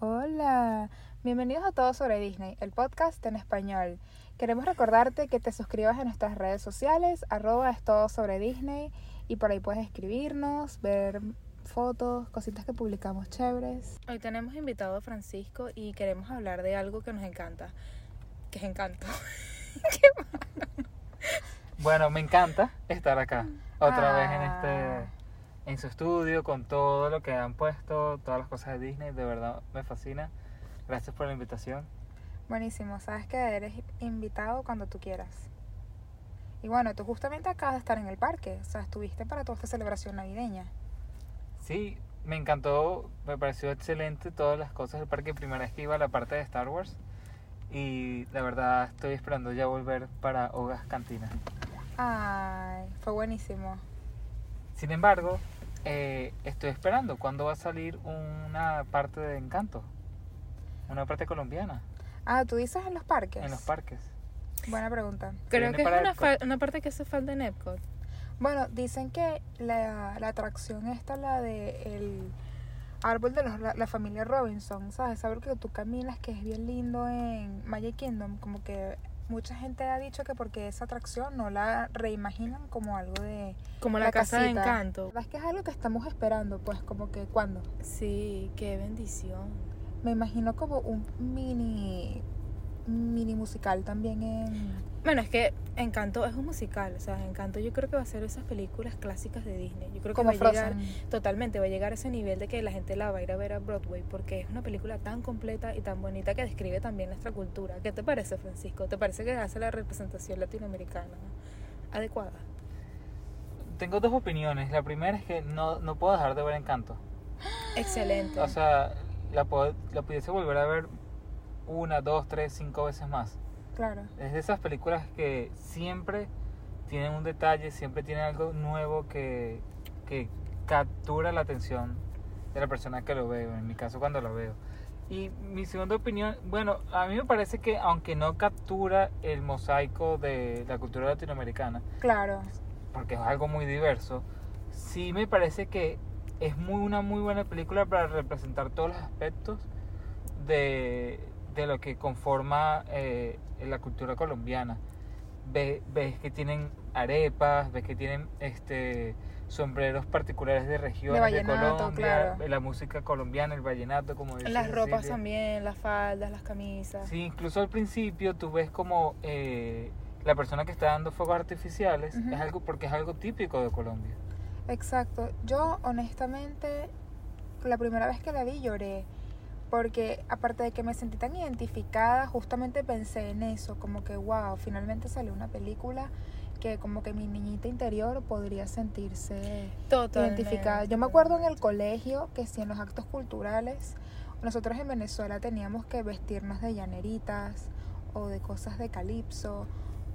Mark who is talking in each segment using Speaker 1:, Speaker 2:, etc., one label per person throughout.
Speaker 1: Hola, bienvenidos a todos sobre Disney, el podcast en español. Queremos recordarte que te suscribas a nuestras redes sociales, arroba es todo sobre Disney, y por ahí puedes escribirnos, ver fotos, cositas que publicamos chéveres. Hoy tenemos invitado a Francisco y queremos hablar de algo que nos encanta, que es encanto. Qué malo.
Speaker 2: Bueno, me encanta estar acá otra vez en
Speaker 1: Ah.
Speaker 2: este en su estudio con todo lo que han puesto, todas las cosas de Disney, de verdad me fascina. Gracias por la invitación.
Speaker 1: Buenísimo, sabes que eres invitado cuando tú quieras. Y bueno, tú justamente acabas de estar en el parque, o sea, estuviste para toda esta celebración navideña.
Speaker 2: Sí, me encantó, me pareció excelente todas las cosas del parque. Primera vez que iba a la parte de Star Wars y la verdad estoy esperando ya volver para Hogas Cantina.
Speaker 1: Ay, fue buenísimo.
Speaker 2: Sin embargo, eh, estoy esperando cuándo va a salir una parte de Encanto, una parte colombiana
Speaker 1: Ah, tú dices en los parques.
Speaker 2: en los parques.
Speaker 1: Buena pregunta.
Speaker 3: Creo
Speaker 2: viene
Speaker 3: que es
Speaker 2: para
Speaker 3: una,
Speaker 2: Epcot.
Speaker 3: fa- una parte que hace falta en Epcot.
Speaker 1: Bueno, dicen que la, la atracción esta, la de el árbol de los- la, la familia Robinson, ¿sabes? Saber que tú caminas, que es bien lindo en Magic Kingdom, como que mucha gente ha dicho que porque esa atracción no la reimaginan como algo de...
Speaker 3: Como la,
Speaker 1: La
Speaker 3: casa de
Speaker 1: casita.
Speaker 3: encanto.
Speaker 1: La verdad es que es algo que estamos esperando, pues como que cuando.
Speaker 3: Sí, qué bendición.
Speaker 1: Me imagino como un mini mini musical también en...
Speaker 3: Bueno, es que Encanto es un musical, o sea, Encanto yo creo que va a ser esas películas clásicas de Disney. Yo creo que
Speaker 1: Como
Speaker 3: va a llegar
Speaker 1: Frozen.
Speaker 3: totalmente, va a llegar a ese nivel de que la gente la va a ir a ver a Broadway, porque es una película tan completa y tan bonita que describe también nuestra cultura. ¿Qué te parece, Francisco? ¿Te parece que hace la representación latinoamericana adecuada?
Speaker 2: Tengo dos opiniones. La primera es que no, no puedo dejar de ver Encanto.
Speaker 3: Excelente.
Speaker 2: O sea, la, puedo- la pudiese volver a ver una, dos, tres, cinco veces más.
Speaker 1: Claro.
Speaker 2: Es de esas películas que siempre tienen un detalle, siempre tienen algo nuevo que, que captura la atención de la persona que lo ve, en mi caso cuando lo veo. Y mi segunda opinión, bueno, a mí me parece que aunque no captura el mosaico de la cultura latinoamericana,
Speaker 1: Claro.
Speaker 2: porque es algo muy diverso, sí me parece que es muy, una muy buena película para representar todos los aspectos de, de lo que conforma eh, la cultura colombiana. Ve- ves que tienen arepas, ves que tienen este sombreros particulares de regiones de,
Speaker 1: vallenato,
Speaker 2: Colombia,
Speaker 1: claro.
Speaker 2: la música colombiana, el vallenato, como dice
Speaker 3: Las ropas
Speaker 2: Cecilia.
Speaker 3: también, las faldas, las camisas.
Speaker 2: Sí, incluso al principio tú ves como eh, la persona que está dando fuegos artificiales
Speaker 1: Ujú.
Speaker 2: es algo porque es algo típico de Colombia.
Speaker 1: Exacto. Yo honestamente la primera vez que la vi lloré porque aparte de que me sentí tan identificada, justamente pensé en eso, como que wow, finalmente salió una película que como que mi niñita interior podría sentirse
Speaker 3: Totalmente.
Speaker 1: identificada. Yo me acuerdo en el colegio que si en los actos culturales nosotros en Venezuela teníamos que vestirnos de llaneritas o de cosas de calipso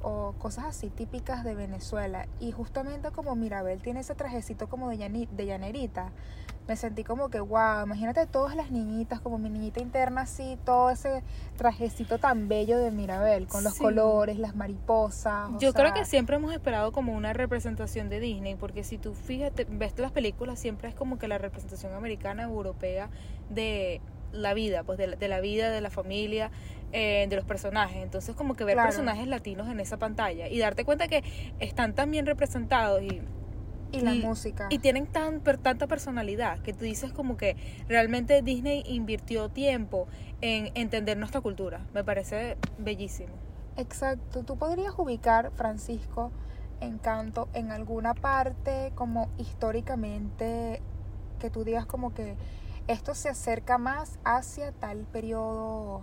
Speaker 1: o cosas así típicas de Venezuela y justamente como Mirabel tiene ese trajecito como de, llani- de llanerita me sentí como que wow imagínate todas las niñitas como mi niñita interna así todo ese trajecito tan bello de Mirabel con los
Speaker 3: Sí.
Speaker 1: colores las mariposas o
Speaker 3: Yo creo
Speaker 1: sea,
Speaker 3: que siempre hemos esperado como una representación de Disney, porque si tú fíjate, ves las películas, siempre es como que la representación americana, europea de la vida, pues de la, de la vida, de la familia, eh, de los personajes. Entonces como que ver
Speaker 1: Claro.
Speaker 3: personajes latinos en esa pantalla y darte cuenta que están tan bien representados y,
Speaker 1: y la
Speaker 3: y-
Speaker 1: música
Speaker 3: y tienen tan, per- tanta personalidad que tú dices como que realmente Disney invirtió tiempo en entender nuestra cultura. Me parece bellísimo.
Speaker 1: Exacto, tú podrías ubicar Francisco Encanto en alguna parte como históricamente que tú digas como que esto se acerca más hacia tal periodo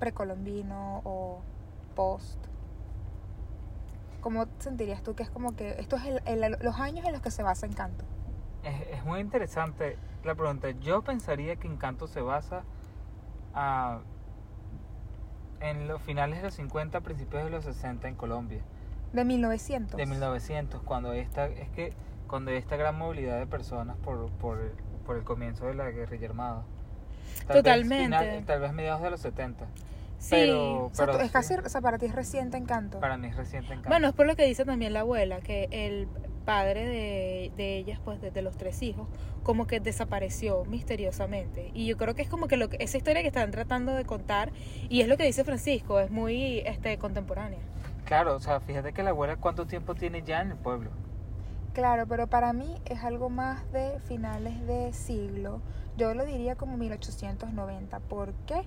Speaker 1: precolombino o post. ¿Cómo sentirías tú que es como que esto es el- el- los años en los que se basa Encanto?
Speaker 2: Es, es muy interesante la pregunta. Yo pensaría que Encanto se basa ah, en los finales de los 50, principios de los 60 en Colombia,
Speaker 1: De 1900.
Speaker 2: de 1900, cuando esta es que cuando hay esta gran movilidad de personas por, por, por el comienzo de la guerrilla armada. Tal
Speaker 3: Totalmente.
Speaker 2: Vez final- tal vez mediados de los 70.
Speaker 3: Sí.
Speaker 2: Pero,
Speaker 1: O sea, tú-
Speaker 2: pero
Speaker 1: es casi,
Speaker 2: sí,
Speaker 1: o sea, para ti es reciente Encanto.
Speaker 2: para mí es reciente Encanto.
Speaker 3: Bueno, es por lo que dice también la abuela, que el padre de, de ellas, pues de, de los tres hijos, como que desapareció misteriosamente. Y yo creo que es como que, lo que- esa historia que están tratando de contar, y es lo que dice Francisco, es muy este, contemporánea.
Speaker 2: Claro, o sea, fíjate que la abuela cuánto tiempo tiene ya en el pueblo.
Speaker 1: Claro, pero para mí es algo más de finales de siglo. Yo lo diría como 1890. ¿Por qué?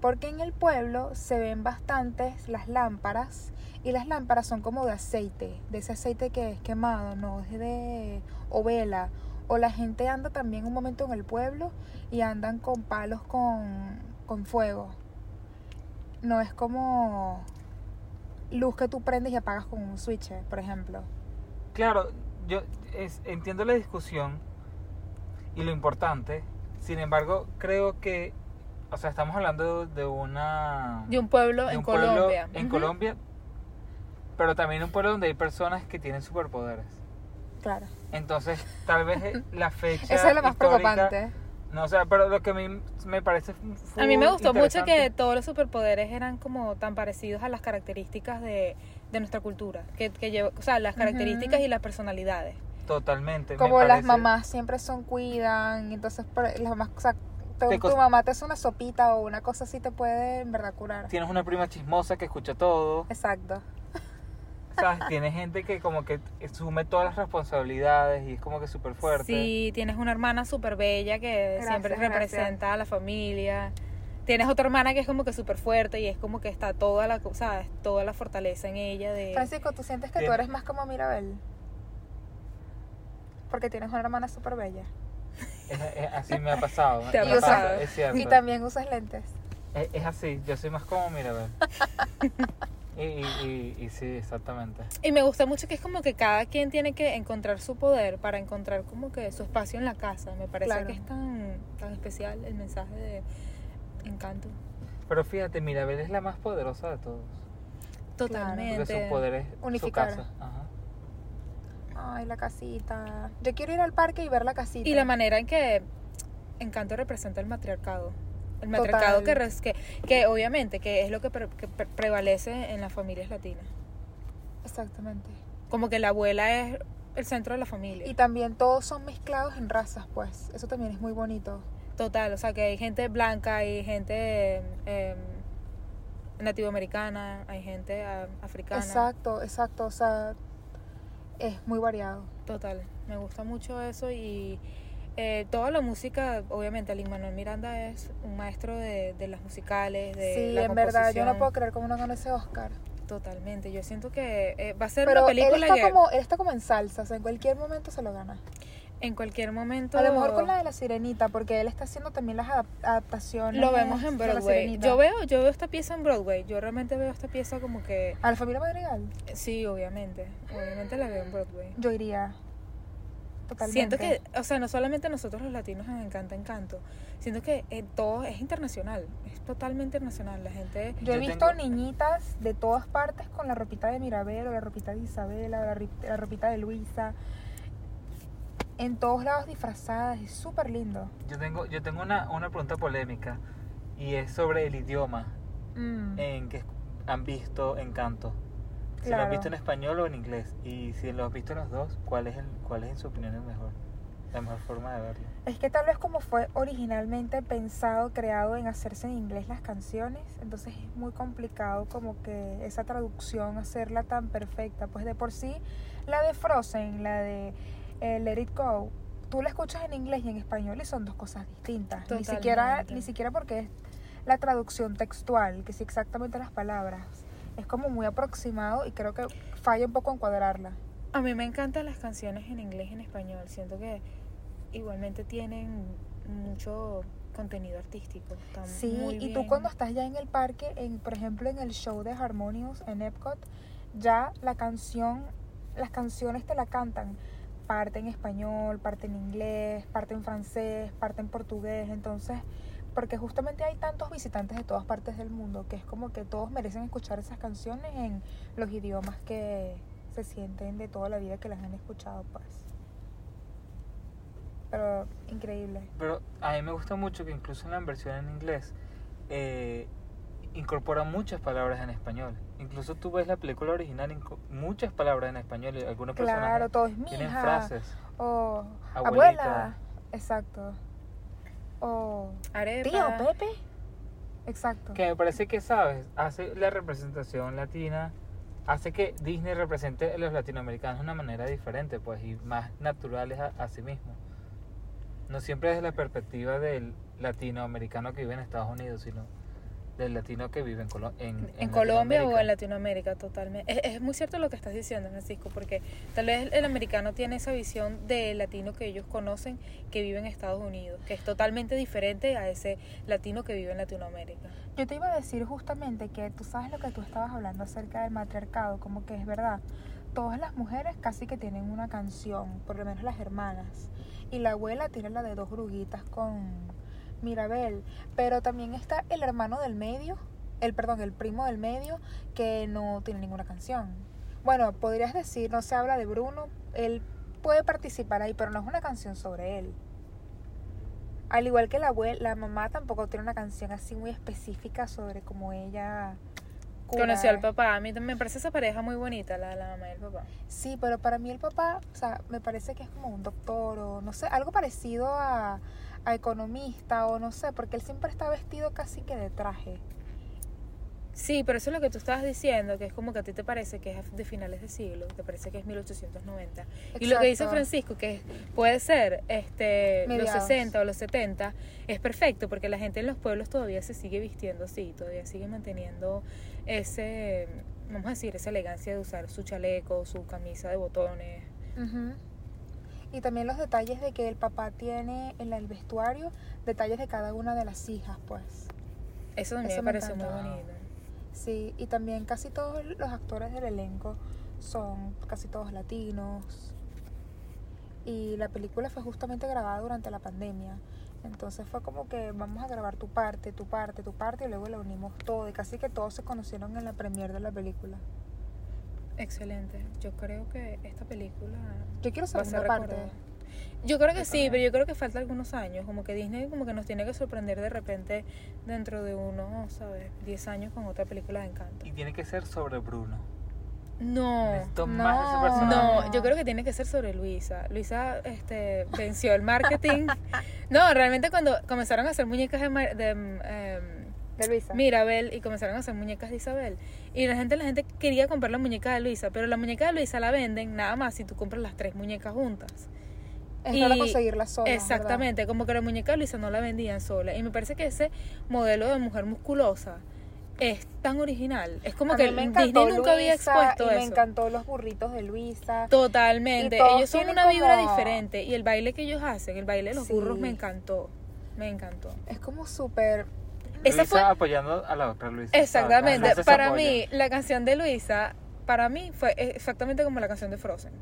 Speaker 1: Porque en el pueblo se ven bastantes las lámparas y las lámparas son como de aceite, de ese aceite que es quemado, no es de o vela. O la gente anda también un momento en el pueblo y andan con palos con, con fuego. No es como luz que tú prendes y apagas con un switch, por ejemplo.
Speaker 2: Claro, yo es- entiendo la discusión y lo importante. Sin embargo, creo que, o sea, estamos hablando de una
Speaker 3: De un pueblo
Speaker 2: de
Speaker 3: en
Speaker 2: un pueblo
Speaker 3: Colombia.
Speaker 2: en
Speaker 3: Ujú.
Speaker 2: Colombia, pero también un pueblo donde hay personas que tienen superpoderes.
Speaker 1: Claro.
Speaker 2: Entonces, tal vez la fecha
Speaker 1: Eso es lo más
Speaker 2: histórica-
Speaker 1: preocupante.
Speaker 2: No, o sea, pero lo que a mí me parece
Speaker 3: A mí me
Speaker 2: full
Speaker 3: gustó mucho que
Speaker 2: interesante-
Speaker 3: todos los superpoderes eran como tan parecidos a las características de, de nuestra cultura, que, que lleva- o sea, las
Speaker 1: Ujú.
Speaker 3: características y las personalidades.
Speaker 2: totalmente me
Speaker 1: Como las
Speaker 2: parece-
Speaker 1: mamás siempre son cuidan, entonces por- las mamás, o sea, te-
Speaker 2: Te
Speaker 1: tu
Speaker 2: cos-
Speaker 1: mamá te hace una sopita o una cosa así te puede en verdad curar.
Speaker 2: Tienes una prima chismosa que escucha todo.
Speaker 1: Exacto.
Speaker 2: ¿Sabes? Tienes gente que como que asume todas las responsabilidades y es como que súper fuerte.
Speaker 3: Si tienes una hermana súper bella que
Speaker 1: Gracias,
Speaker 3: siempre
Speaker 1: gracias.
Speaker 3: representa a la familia. Tienes otra hermana que es como que súper fuerte y es como que está toda la, co- ¿sabes? Toda la fortaleza en ella de...
Speaker 1: Francisco, ¿tú sientes que tú
Speaker 2: Bien.
Speaker 1: eres más como Mirabel? Porque tienes una hermana súper bella.
Speaker 2: Es- es- así me ha pasado.
Speaker 3: Te ha
Speaker 2: me pasa,
Speaker 3: pasado.
Speaker 2: Es cierto.
Speaker 1: Y también usas lentes.
Speaker 2: Es, es así, yo soy más como Mirabel. y, y, y, y sí, exactamente.
Speaker 3: Y me gusta mucho que es como que cada quien tiene que encontrar su poder para encontrar como que su espacio en la casa. Me parece
Speaker 1: Claro.
Speaker 3: que es tan, tan especial el mensaje de encanto.
Speaker 2: Pero fíjate, Mirabel es la más poderosa de todos. Porque
Speaker 3: Totalmente.
Speaker 2: sus poderes, su
Speaker 1: Unificada.
Speaker 2: casa. Ajá.
Speaker 1: Ay, la casita. Yo quiero ir al parque y ver la casita.
Speaker 3: Y la manera en que Encanto representa el matriarcado. El matriarcado
Speaker 1: Total.
Speaker 3: que, res- que, que obviamente que es lo que, pre- que pre- prevalece en las familias latinas.
Speaker 1: Exactamente.
Speaker 3: Como que la abuela es el centro de la familia.
Speaker 1: Y también todos son mezclados en razas, pues. Eso también es muy bonito.
Speaker 3: Total, o sea que hay gente blanca, hay gente eh, nativoamericana, hay gente ah, africana.
Speaker 1: Exacto, exacto. O sea, es muy variado.
Speaker 3: Total, me gusta mucho eso y eh, toda la música, obviamente, Lin Manuel Miranda es un maestro de, de las musicales, de
Speaker 1: Sí,
Speaker 3: la
Speaker 1: en verdad, yo no
Speaker 3: composición.
Speaker 1: puedo creer cómo no ganó ese Oscar.
Speaker 3: Totalmente, yo siento que eh, va a ser
Speaker 1: Pero
Speaker 3: una
Speaker 1: él
Speaker 3: película
Speaker 1: está,
Speaker 3: que
Speaker 1: como, él está como en salsa, o sea, en cualquier momento se lo gana.
Speaker 3: en cualquier momento
Speaker 1: A lo mejor con la de la sirenita, porque él está haciendo también las adap- adaptaciones.
Speaker 3: lo vemos en
Speaker 1: de La
Speaker 3: Broadway.
Speaker 1: Sirenita.
Speaker 3: Yo veo, yo veo esta pieza en Broadway, yo realmente veo esta pieza como que
Speaker 1: A la familia Madrigal,
Speaker 3: sí, obviamente, obviamente la veo en Broadway.
Speaker 1: yo iría. Totalmente.
Speaker 3: Siento que, o sea, no solamente a nosotros los latinos nos encanta Encanto, siento que eh, todo es internacional, es totalmente internacional, la gente
Speaker 1: Yo he
Speaker 2: Yo
Speaker 1: visto
Speaker 2: tengo-
Speaker 1: niñitas de todas partes con la ropita de Mirabel, o la ropita de Isabela, o la, ri- la ropita de Luisa. En todos lados disfrazadas, es súper lindo.
Speaker 2: Yo tengo, yo tengo una, una pregunta polémica y es sobre el idioma
Speaker 1: Mm,
Speaker 2: en que han visto Encanto. Si lo
Speaker 1: Claro.
Speaker 2: han visto en español o en inglés. Y si lo has visto los dos, ¿cuál es, el, cuál es en su opinión el mejor? La mejor forma de verlo.
Speaker 1: Es que tal vez como fue originalmente pensado, creado en hacerse en inglés las canciones, entonces es muy complicado como que esa traducción hacerla tan perfecta. Pues de por sí, la de Frozen, la de eh, Let It Go, tú la escuchas en inglés y en español y son dos cosas distintas. Ni siquiera,
Speaker 3: Totalmente.
Speaker 1: ni siquiera porque es la traducción textual, que sí exactamente las palabras. Es como muy aproximado y creo que falla un poco en cuadrarla.
Speaker 3: A mí me encantan las canciones en inglés y en español. Siento que igualmente tienen mucho contenido artístico. Están muy
Speaker 1: Sí, y
Speaker 3: bien.
Speaker 1: tú cuando estás ya en el parque, en, por ejemplo en el show de Harmonious en Epcot, ya la canción, las canciones te la cantan, parte en español, parte en inglés, parte en francés, parte en portugués, entonces, porque justamente hay tantos visitantes de todas partes del mundo, que es como que todos merecen escuchar esas canciones en los idiomas que se sienten de toda la vida que las han escuchado, pues. Pero increíble.
Speaker 2: Pero a mí me gusta mucho que incluso en la versión en inglés eh, incorpora muchas palabras en español. Incluso tú ves la película original, inco- muchas palabras en español. y Algunas
Speaker 1: Claro,
Speaker 2: personas
Speaker 1: todo es
Speaker 2: tienen
Speaker 1: mija.
Speaker 2: frases.
Speaker 1: O
Speaker 2: Abuelita.
Speaker 1: abuela. Exacto. O
Speaker 3: Arepa.
Speaker 1: tío Pepe. Exacto.
Speaker 2: Que me parece que, ¿sabes? Hace la representación latina, hace que Disney represente a los latinoamericanos de una manera diferente, pues, y más naturales a, a sí mismos. No siempre desde la perspectiva del latinoamericano que vive en Estados Unidos, sino del latino que vive en, Colo- en,
Speaker 3: En Colombia o en
Speaker 2: Latinoamérica.
Speaker 3: Latinoamérica, totalmente. Es, es muy cierto lo que estás diciendo, Francisco, porque tal vez el americano tiene esa visión del latino que ellos conocen que vive en Estados Unidos, que es totalmente diferente a ese latino que vive en Latinoamérica.
Speaker 1: Yo te iba a decir justamente que tú sabes lo que tú estabas hablando acerca del matriarcado, como que es verdad. Todas las mujeres casi que tienen una canción, por lo menos las hermanas. Y la abuela tiene la de dos gruguitas con Mirabel. Pero también está el hermano del medio, el perdón, el primo del medio, que no tiene ninguna canción. Bueno, podrías decir, no se habla de Bruno, él puede participar ahí, pero no es una canción sobre él. Al igual que la abuela, la mamá tampoco tiene una canción así muy específica sobre cómo ella cura.
Speaker 3: Conoció al papá, a mí también me parece esa pareja muy bonita, la, la mamá y el papá.
Speaker 1: Sí, pero para mí el papá, o sea, me parece que es como un doctor o no sé, algo parecido a, a economista o no sé, porque él siempre está vestido casi que de traje.
Speaker 3: Sí, pero eso es lo que tú estabas diciendo, que es como que a ti te parece que es de finales de siglo, te parece que es 1890. Y lo que dice
Speaker 1: Exacto.
Speaker 3: Francisco, que puede ser este, los
Speaker 1: Mediados.
Speaker 3: 60 o los 70, es perfecto porque la gente en los pueblos todavía se sigue vistiendo así, todavía sigue manteniendo ese, vamos a decir, esa elegancia de usar su chaleco, su camisa de botones.
Speaker 1: Ujú. Y también los detalles de que el papá tiene en el vestuario, detalles de cada una de las hijas, pues.
Speaker 3: Eso también
Speaker 1: Eso
Speaker 3: me
Speaker 1: me
Speaker 3: pareció muy
Speaker 1: encanta.
Speaker 3: bonito.
Speaker 1: Sí, y también casi todos los actores del elenco son casi todos latinos. Y la película fue justamente grabada durante la pandemia. Entonces fue como que vamos a grabar tu parte, tu parte, tu parte y luego la unimos todo. Y casi que todos se conocieron en la premiere de la película.
Speaker 3: Excelente. Yo creo que esta película
Speaker 1: Yo quiero
Speaker 3: va a
Speaker 1: saber
Speaker 3: ser
Speaker 1: una parte.
Speaker 3: recordada. Yo creo que
Speaker 2: Yo
Speaker 3: sí, pero
Speaker 2: también.
Speaker 3: yo creo que falta algunos años, como que Disney como que nos tiene que sorprender de repente dentro de unos, ¿sabes? 10 años con otra película de encanto.
Speaker 2: Y tiene que ser sobre Bruno.
Speaker 3: No.
Speaker 2: Necesito más de ese
Speaker 1: no,
Speaker 2: personaje.
Speaker 3: No, yo creo que tiene que ser sobre Luisa. Luisa este, venció el marketing. No, realmente cuando comenzaron a hacer muñecas de, Mar- de, mm, em,
Speaker 1: De Luisa.
Speaker 3: Mirabel y comenzaron a hacer muñecas de Isabel. Y la gente, la gente quería comprar la muñeca de Luisa, pero la muñeca de Luisa la venden nada más si tú compras las tres muñecas juntas.
Speaker 1: es raro
Speaker 3: y-
Speaker 1: conseguirla sola. ¿verdad?
Speaker 3: Exactamente, como que la muñeca de Luisa no la vendían sola. Y me parece que ese modelo de mujer musculosa es tan original. Es como
Speaker 1: A
Speaker 3: que
Speaker 1: mí me
Speaker 3: Disney
Speaker 1: encantó
Speaker 3: nunca había
Speaker 1: Luisa,
Speaker 3: expuesto
Speaker 1: y
Speaker 3: eso.
Speaker 1: Me encantó los burritos de Luisa.
Speaker 3: Totalmente.
Speaker 1: Y todos
Speaker 3: Ellos son
Speaker 1: tienen
Speaker 3: una vibra
Speaker 1: como-
Speaker 3: diferente. Y el baile que ellos hacen, el baile de los
Speaker 1: Sí.
Speaker 3: burros, me encantó. Me encantó.
Speaker 1: Es como súper
Speaker 3: Esa
Speaker 2: Luisa
Speaker 3: fue-
Speaker 2: apoyando a la otra Luisa. ¿sabes?
Speaker 3: Exactamente.
Speaker 2: Las dos se
Speaker 3: para
Speaker 2: apoyan.
Speaker 3: mí, la canción de Luisa, para mí fue exactamente como la canción de Frozen.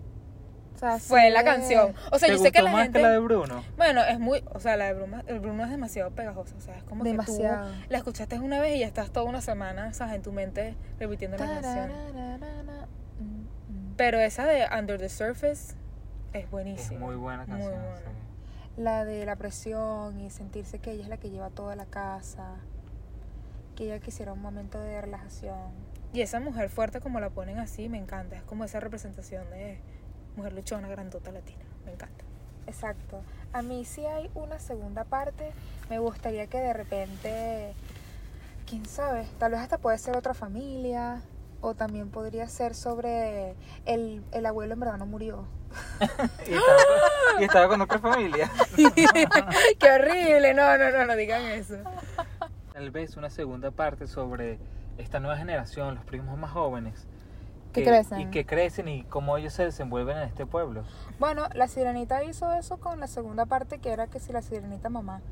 Speaker 1: o sea,
Speaker 3: Fue
Speaker 1: sí.
Speaker 3: la canción. O sea,
Speaker 2: ¿Te
Speaker 3: yo sé que
Speaker 2: gustó
Speaker 3: la
Speaker 2: más
Speaker 3: gente.
Speaker 2: que la de Bruno?
Speaker 3: Bueno, es muy. O sea, la de Bruno, el Bruno es demasiado pegajosa. O sea, es como que tú
Speaker 1: Demasiado.
Speaker 3: la escuchaste una vez y ya estás toda una semana, ¿sabes? En tu mente repitiendo la canción.
Speaker 1: Tararararara. Mm, mm.
Speaker 3: Pero esa de Under the Surface es
Speaker 2: Es
Speaker 3: buenísima.
Speaker 2: muy buena
Speaker 3: muy
Speaker 2: canción.
Speaker 3: buena.
Speaker 2: sí.
Speaker 1: La de la presión y sentirse que ella es la que lleva toda la casa. Que ella quisiera un momento de relajación.
Speaker 3: Y esa mujer fuerte como la ponen así, me encanta. Es como esa representación de mujer luchona, grandota latina. Me encanta.
Speaker 1: Exacto. A mí si hay una segunda parte, me gustaría que de repente, quién sabe, tal vez hasta puede ser otra familia. O también podría ser sobre el, el abuelo en verdad no murió.
Speaker 2: Y estaba, y estaba con otra familia.
Speaker 3: ¡Qué horrible! No, no, no, no digan eso.
Speaker 2: Tal vez una segunda parte sobre esta nueva generación, los primos más jóvenes.
Speaker 1: Que crecen.
Speaker 2: Y que crecen y cómo ellos se desenvuelven en este pueblo.
Speaker 1: Bueno, la sirenita hizo eso con la segunda parte que era que si la sirenita mamá.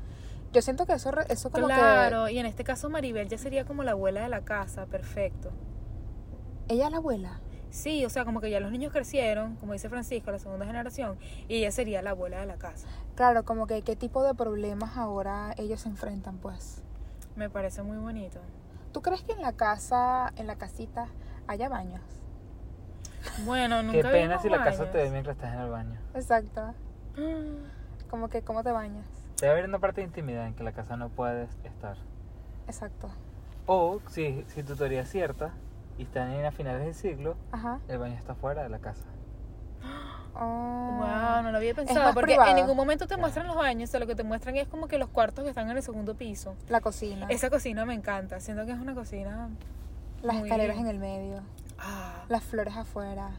Speaker 1: Yo siento que eso, re- eso como
Speaker 3: Claro, y en este caso Maribel ya sería como la abuela de la casa, perfecto.
Speaker 1: que ella es la abuela.
Speaker 3: Sí, o sea, como que ya los niños crecieron, como dice Francisco, la segunda generación, y ella sería la abuela de la casa.
Speaker 1: Claro, como que qué tipo de problemas ahora ellos se enfrentan, pues.
Speaker 3: Me parece muy bonito.
Speaker 1: ¿Tú crees que en la casa, en la casita, haya baños?
Speaker 3: Bueno, nunca
Speaker 2: Qué pena
Speaker 3: vimos
Speaker 2: si la casa
Speaker 3: baños.
Speaker 2: te ve mientras estás en el baño.
Speaker 1: Exacto.
Speaker 3: Mm.
Speaker 1: Como que cómo te bañas.
Speaker 2: Debe haber una parte de intimidad en que la casa no puede estar.
Speaker 1: Exacto.
Speaker 2: O si, si tu teoría es cierta y están en a finales del siglo,
Speaker 1: Ajá.
Speaker 2: el baño está fuera de la casa.
Speaker 1: Oh.
Speaker 3: Wow, no lo había pensado.
Speaker 1: más
Speaker 3: Porque
Speaker 1: privado.
Speaker 3: en ningún momento te muestran los baños, o sea, lo que te muestran es como que los cuartos que están en el segundo piso.
Speaker 1: La cocina.
Speaker 3: Esa cocina me encanta, siento que es una cocina.
Speaker 1: las
Speaker 3: muy
Speaker 1: escaleras
Speaker 3: bien.
Speaker 1: en el medio.
Speaker 3: Ah,
Speaker 1: Las flores afuera.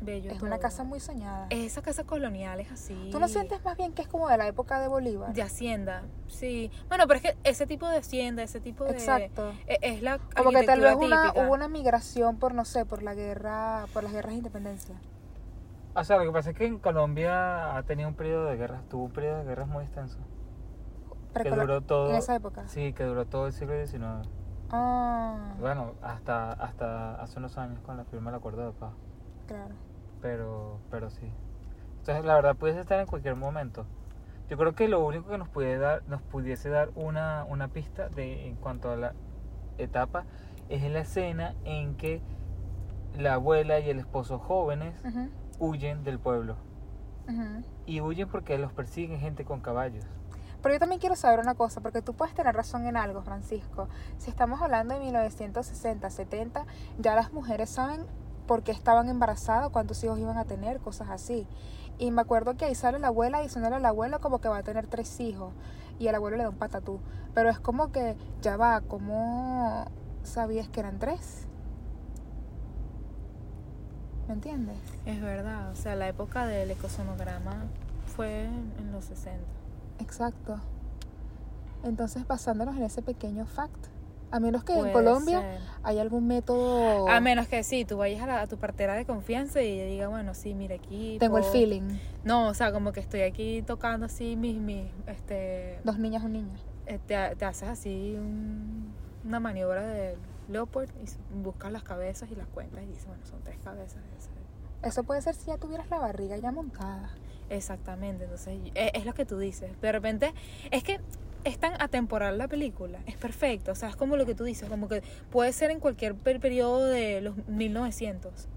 Speaker 3: bello.
Speaker 1: es una
Speaker 3: todo.
Speaker 1: casa muy soñada.
Speaker 3: Esas casas coloniales así.
Speaker 1: ¿Tú no sientes más bien que es como de la época de Bolívar?
Speaker 3: De hacienda, sí. Bueno, pero es que ese tipo de hacienda, ese tipo de.
Speaker 1: Exacto.
Speaker 3: e- Es la.
Speaker 1: Como que tal vez
Speaker 3: arquitectura
Speaker 1: una,
Speaker 3: típica.
Speaker 1: hubo una migración por, no sé, por la guerra, por las guerras de independencia.
Speaker 2: O sea, lo que pasa es que en Colombia ha tenido un periodo de guerras, tuvo un periodo de guerras muy extenso. Que
Speaker 1: Precolo-
Speaker 2: duró todo.
Speaker 1: En esa época.
Speaker 2: Sí, que duró todo el siglo XIX.
Speaker 1: Ah,
Speaker 2: Bueno, hasta, hasta hace unos años con la firma del acuerdo de paz.
Speaker 1: claro.
Speaker 2: Pero, pero sí. Entonces, la verdad, pudiese estar en cualquier momento. Yo creo que lo único que nos, puede dar, nos pudiese dar una, una pista de, en cuanto a la etapa es la escena en que la abuela y el esposo jóvenes
Speaker 1: Ujú,
Speaker 2: huyen del pueblo.
Speaker 1: ujú.
Speaker 2: Y huyen porque los persiguen gente con caballos.
Speaker 1: Pero yo también quiero saber una cosa, porque tú puedes tener razón en algo, Francisco. Si estamos hablando de 1960, 70, ya las mujeres saben por qué estaban embarazadas, cuántos hijos iban a tener, cosas así. Y me acuerdo que ahí sale la abuela diciéndole a la abuela como que va a tener tres hijos. Y el abuelo le da un patatú. Pero es como que, ya va, ¿cómo sabías que eran tres? ¿Me entiendes?
Speaker 3: Es verdad, o sea, la época del ecosonograma fue en los 60.
Speaker 1: Exacto. Entonces, basándonos en ese pequeño fact, a menos que
Speaker 3: Puede
Speaker 1: en Colombia
Speaker 3: ser.
Speaker 1: hay algún método.
Speaker 3: A menos que sí, tú vayas a, la- a tu partera de confianza y ella diga, bueno, sí, mira aquí.
Speaker 1: Tengo el
Speaker 3: puedo-
Speaker 1: feeling.
Speaker 3: No, o sea, como que estoy aquí tocando así mis, mis este,
Speaker 1: Dos niñas, un niño.
Speaker 3: eh, te, te haces así un- una maniobra de Leopard y s- buscas las cabezas y las cuentas y dices, bueno, son tres cabezas. ese-
Speaker 1: Eso puede ser si ya tuvieras la barriga ya montada.
Speaker 3: Exactamente, entonces y- e, es, es lo que tú dices. De repente, es que es tan atemporal la película, es perfecta, o sea, es como lo que tú dices, como que puede ser en cualquier per- periodo de los 1900.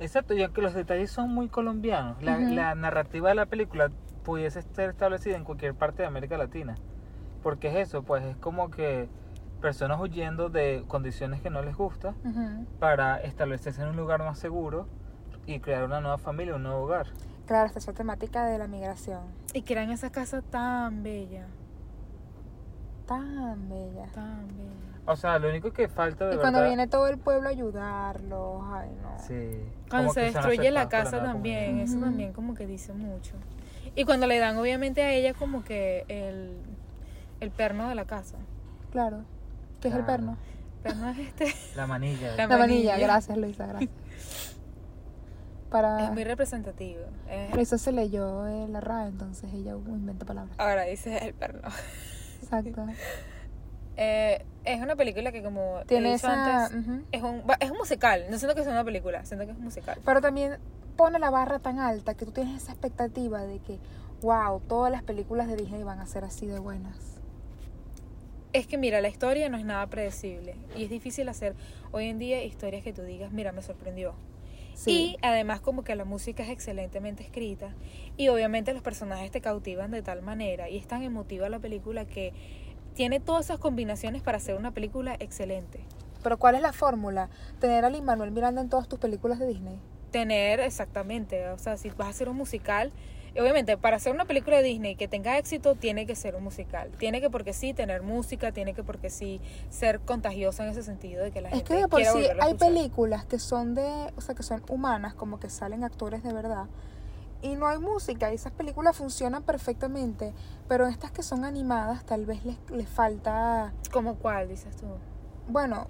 Speaker 2: Exacto, y aunque los detalles son muy colombianos, la,
Speaker 1: Ujú.
Speaker 2: la narrativa de la película pudiese estar establecida en cualquier parte de América Latina. Porque es eso, pues es como que personas huyendo de condiciones que no les gusta
Speaker 1: Ujú.
Speaker 2: para establecerse en un lugar más seguro y crear una nueva familia, un nuevo hogar.
Speaker 1: Claro, esta es la temática de la migración.
Speaker 3: Y crean esa casa tan bella,
Speaker 1: Tan bella.
Speaker 3: tan bella.
Speaker 2: O sea, lo único que falta de
Speaker 1: Y cuando
Speaker 2: verdad-
Speaker 1: viene todo el pueblo a ayudarlos, ay no.
Speaker 2: Sí,
Speaker 3: Cuando
Speaker 2: como
Speaker 3: se
Speaker 2: que son
Speaker 3: destruye la
Speaker 2: aceptados por
Speaker 3: casa
Speaker 2: nueva
Speaker 3: también,
Speaker 2: comunidad.
Speaker 3: eso
Speaker 1: Ujú.
Speaker 3: también como que dice mucho. Y cuando le dan obviamente a ella como que el, el perno de la casa.
Speaker 1: Claro. ¿Qué es el
Speaker 2: Claro.
Speaker 1: perno?
Speaker 3: Perno es este.
Speaker 2: La manilla.
Speaker 3: La
Speaker 1: La manilla.
Speaker 3: manilla.
Speaker 1: Gracias, Luisa, gracias.
Speaker 3: Es
Speaker 1: Para.
Speaker 3: muy representativo. es-
Speaker 1: Luisa se leyó en la RAE, entonces ella inventa palabras.
Speaker 3: ahora dice el perno.
Speaker 1: Exacto.
Speaker 3: Eh, es una película que como he
Speaker 1: Tiene
Speaker 3: dicho
Speaker 1: esa.
Speaker 3: antes,
Speaker 1: ujú.
Speaker 3: es un, va- es un musical. No siento que sea una película, siento que es un musical.
Speaker 1: Pero también pone la barra tan alta que tú tienes esa expectativa de que, wow, todas las películas de Disney van a ser así de buenas.
Speaker 3: Es que mira, la historia no es nada predecible y es difícil hacer hoy en día historias que tú digas, mira, me sorprendió.
Speaker 1: Sí.
Speaker 3: Y además como que la música es excelentemente escrita y obviamente los personajes te cautivan de tal manera y es tan emotiva la película que tiene todas esas combinaciones para hacer una película excelente.
Speaker 1: Pero ¿cuál es la fórmula? Tener a Lin Manuel Miranda en todas tus películas de Disney.
Speaker 3: tener exactamente, o sea, si vas a hacer un musical, y obviamente para hacer una película de Disney que tenga éxito tiene que ser un musical, tiene que porque sí tener música, tiene que porque sí ser contagiosa en ese sentido de que la
Speaker 1: Es
Speaker 3: gente
Speaker 1: que de por
Speaker 3: quiera
Speaker 1: sí
Speaker 3: volverla a
Speaker 1: hay
Speaker 3: escuchar.
Speaker 1: películas que son de, o sea, que son humanas, como que salen actores de verdad. Y no hay música, y esas películas funcionan perfectamente, pero estas que son animadas tal vez les, les falta
Speaker 3: como cuál dices tú.
Speaker 1: Bueno,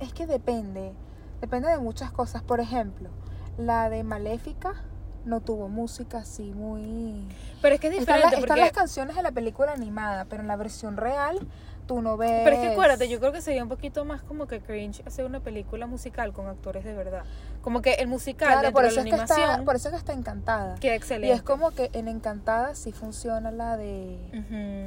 Speaker 1: es que depende. Depende de muchas cosas. Por ejemplo, la de Maléfica no tuvo música así muy.
Speaker 3: Pero es que es
Speaker 1: Están,
Speaker 3: diferente
Speaker 1: la- están
Speaker 3: porque
Speaker 1: las canciones de la película animada, pero en la versión real tú no ves.
Speaker 3: pero es que acuérdate, yo creo que sería un poquito más como que cringe hacer una película musical con actores de verdad. Como que el musical
Speaker 1: Claro,
Speaker 3: dentro
Speaker 1: por
Speaker 3: de
Speaker 1: eso,
Speaker 3: la
Speaker 1: es que está,
Speaker 3: animación
Speaker 1: por eso es que está encantada.
Speaker 3: queda
Speaker 1: Y
Speaker 3: excelente.
Speaker 1: es como que en Encantada sí funciona la de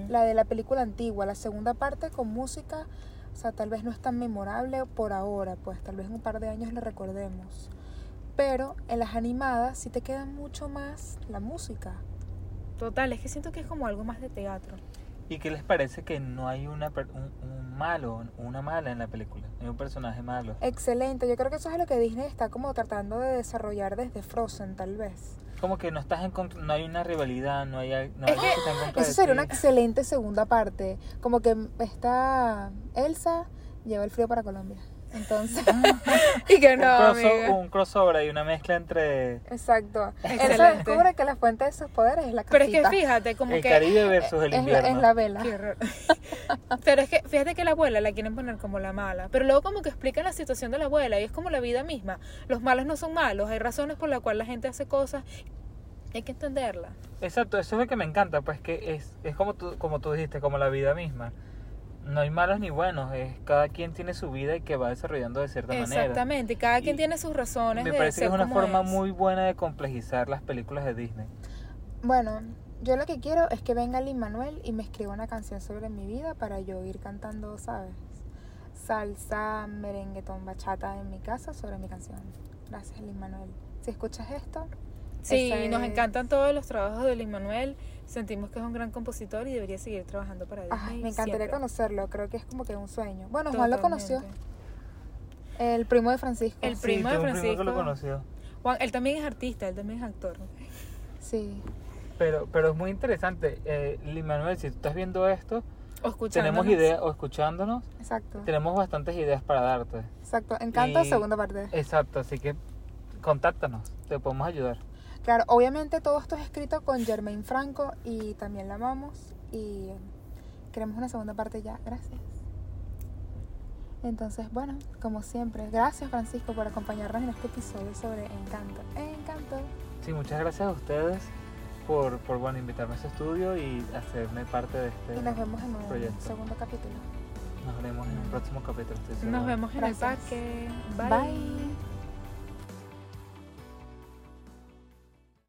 Speaker 3: Ujú.
Speaker 1: la de la película antigua, la segunda parte con música, o sea, tal vez no es tan memorable por ahora, pues tal vez en un par de años lo recordemos. Pero en las animadas sí te queda mucho más la música.
Speaker 3: Total, es que siento que es como algo más de teatro.
Speaker 2: ¿Y qué les parece que no hay una, per- un, un malo, una mala en la película? No hay un personaje malo.
Speaker 1: Excelente, yo creo que eso es lo que Disney está como tratando de desarrollar desde Frozen, tal vez.
Speaker 2: Como que no estás en contra- no hay una rivalidad, no hay, al- no hay
Speaker 1: Es
Speaker 2: alguien que está en contra
Speaker 1: Eso
Speaker 2: de
Speaker 1: sería
Speaker 2: ti.
Speaker 1: una excelente segunda parte. Como que está Elsa, lleva el frío para Colombia. Entonces,
Speaker 3: Ah. Y que
Speaker 2: un,
Speaker 3: no,
Speaker 2: crosso-
Speaker 3: amiga.
Speaker 2: un crossover y una mezcla entre
Speaker 1: exacto. Elsa
Speaker 3: Excelente.
Speaker 1: descubre que la fuente de sus poderes es la
Speaker 3: Pero
Speaker 1: casita.
Speaker 3: es que fíjate, como
Speaker 2: el
Speaker 3: que...
Speaker 2: Caribe versus el
Speaker 1: es, la,
Speaker 2: invierno.
Speaker 1: es la vela.
Speaker 3: Qué horror. Pero es que fíjate que la abuela la quieren poner como la mala, pero luego como que explican la situación de la abuela y es como la vida misma. Los malos no son malos, hay razones por las cuales la gente hace cosas, hay que entenderla.
Speaker 2: Exacto, eso es lo que me encanta, pues que es, es como, tú, como tú dijiste, como la vida misma. No hay malos ni buenos, es cada quien tiene su vida y que va desarrollando de cierta manera.
Speaker 3: Exactamente, y cada quien
Speaker 2: Y
Speaker 3: tiene sus razones.
Speaker 2: Me
Speaker 3: de
Speaker 2: parece que
Speaker 3: ser
Speaker 2: es una
Speaker 3: como
Speaker 2: forma
Speaker 3: es.
Speaker 2: muy buena de complejizar las películas de Disney.
Speaker 1: Bueno, yo lo que quiero es que venga Lin Manuel y me escriba una canción sobre mi vida para yo ir cantando, ¿sabes? Salsa, merenguetón, bachata en mi casa sobre mi canción. Gracias, Lin Manuel. Si escuchas esto,
Speaker 3: Sí,
Speaker 1: esa
Speaker 3: nos
Speaker 1: es-
Speaker 3: encantan todos los trabajos de Luis Manuel, sentimos que es un gran compositor y debería seguir trabajando para Disney.
Speaker 1: ay, me encantaría
Speaker 3: siempre.
Speaker 1: conocerlo. Creo que es como que un sueño. Bueno, Juan lo conoció,
Speaker 3: Totalmente.
Speaker 1: el primo de Francisco.
Speaker 3: El
Speaker 2: Sí,
Speaker 3: primo de
Speaker 2: tuve un primo que
Speaker 3: Francisco.
Speaker 2: lo conoció.
Speaker 3: Juan, él también es artista, él también es actor.
Speaker 1: Sí.
Speaker 2: Pero, pero es muy interesante. Eh, Manuel, si tú estás viendo esto,
Speaker 3: O escuchándonos.
Speaker 2: tenemos ideas o escuchándonos,
Speaker 1: Exacto,
Speaker 2: tenemos bastantes ideas para darte.
Speaker 1: exacto. Encanto,
Speaker 2: Y-
Speaker 1: segunda parte.
Speaker 2: Exacto, así que contáctanos, te podemos ayudar.
Speaker 1: Claro, obviamente todo esto es escrito con Germain Franco y también la amamos y queremos una segunda parte ya, gracias. Entonces, bueno, como siempre, gracias Francisco por acompañarnos en este episodio sobre Encanto. Encanto.
Speaker 2: Sí, muchas gracias a ustedes por, por bueno, invitarme a su estudio y hacerme parte de este.
Speaker 1: Y nos vemos en el
Speaker 2: Proyecto.
Speaker 1: segundo capítulo.
Speaker 2: Nos veremos en un próximo capítulo. estoy seguro.
Speaker 3: Nos vemos en
Speaker 1: Gracias.
Speaker 3: el parque. Bye.
Speaker 1: Bye.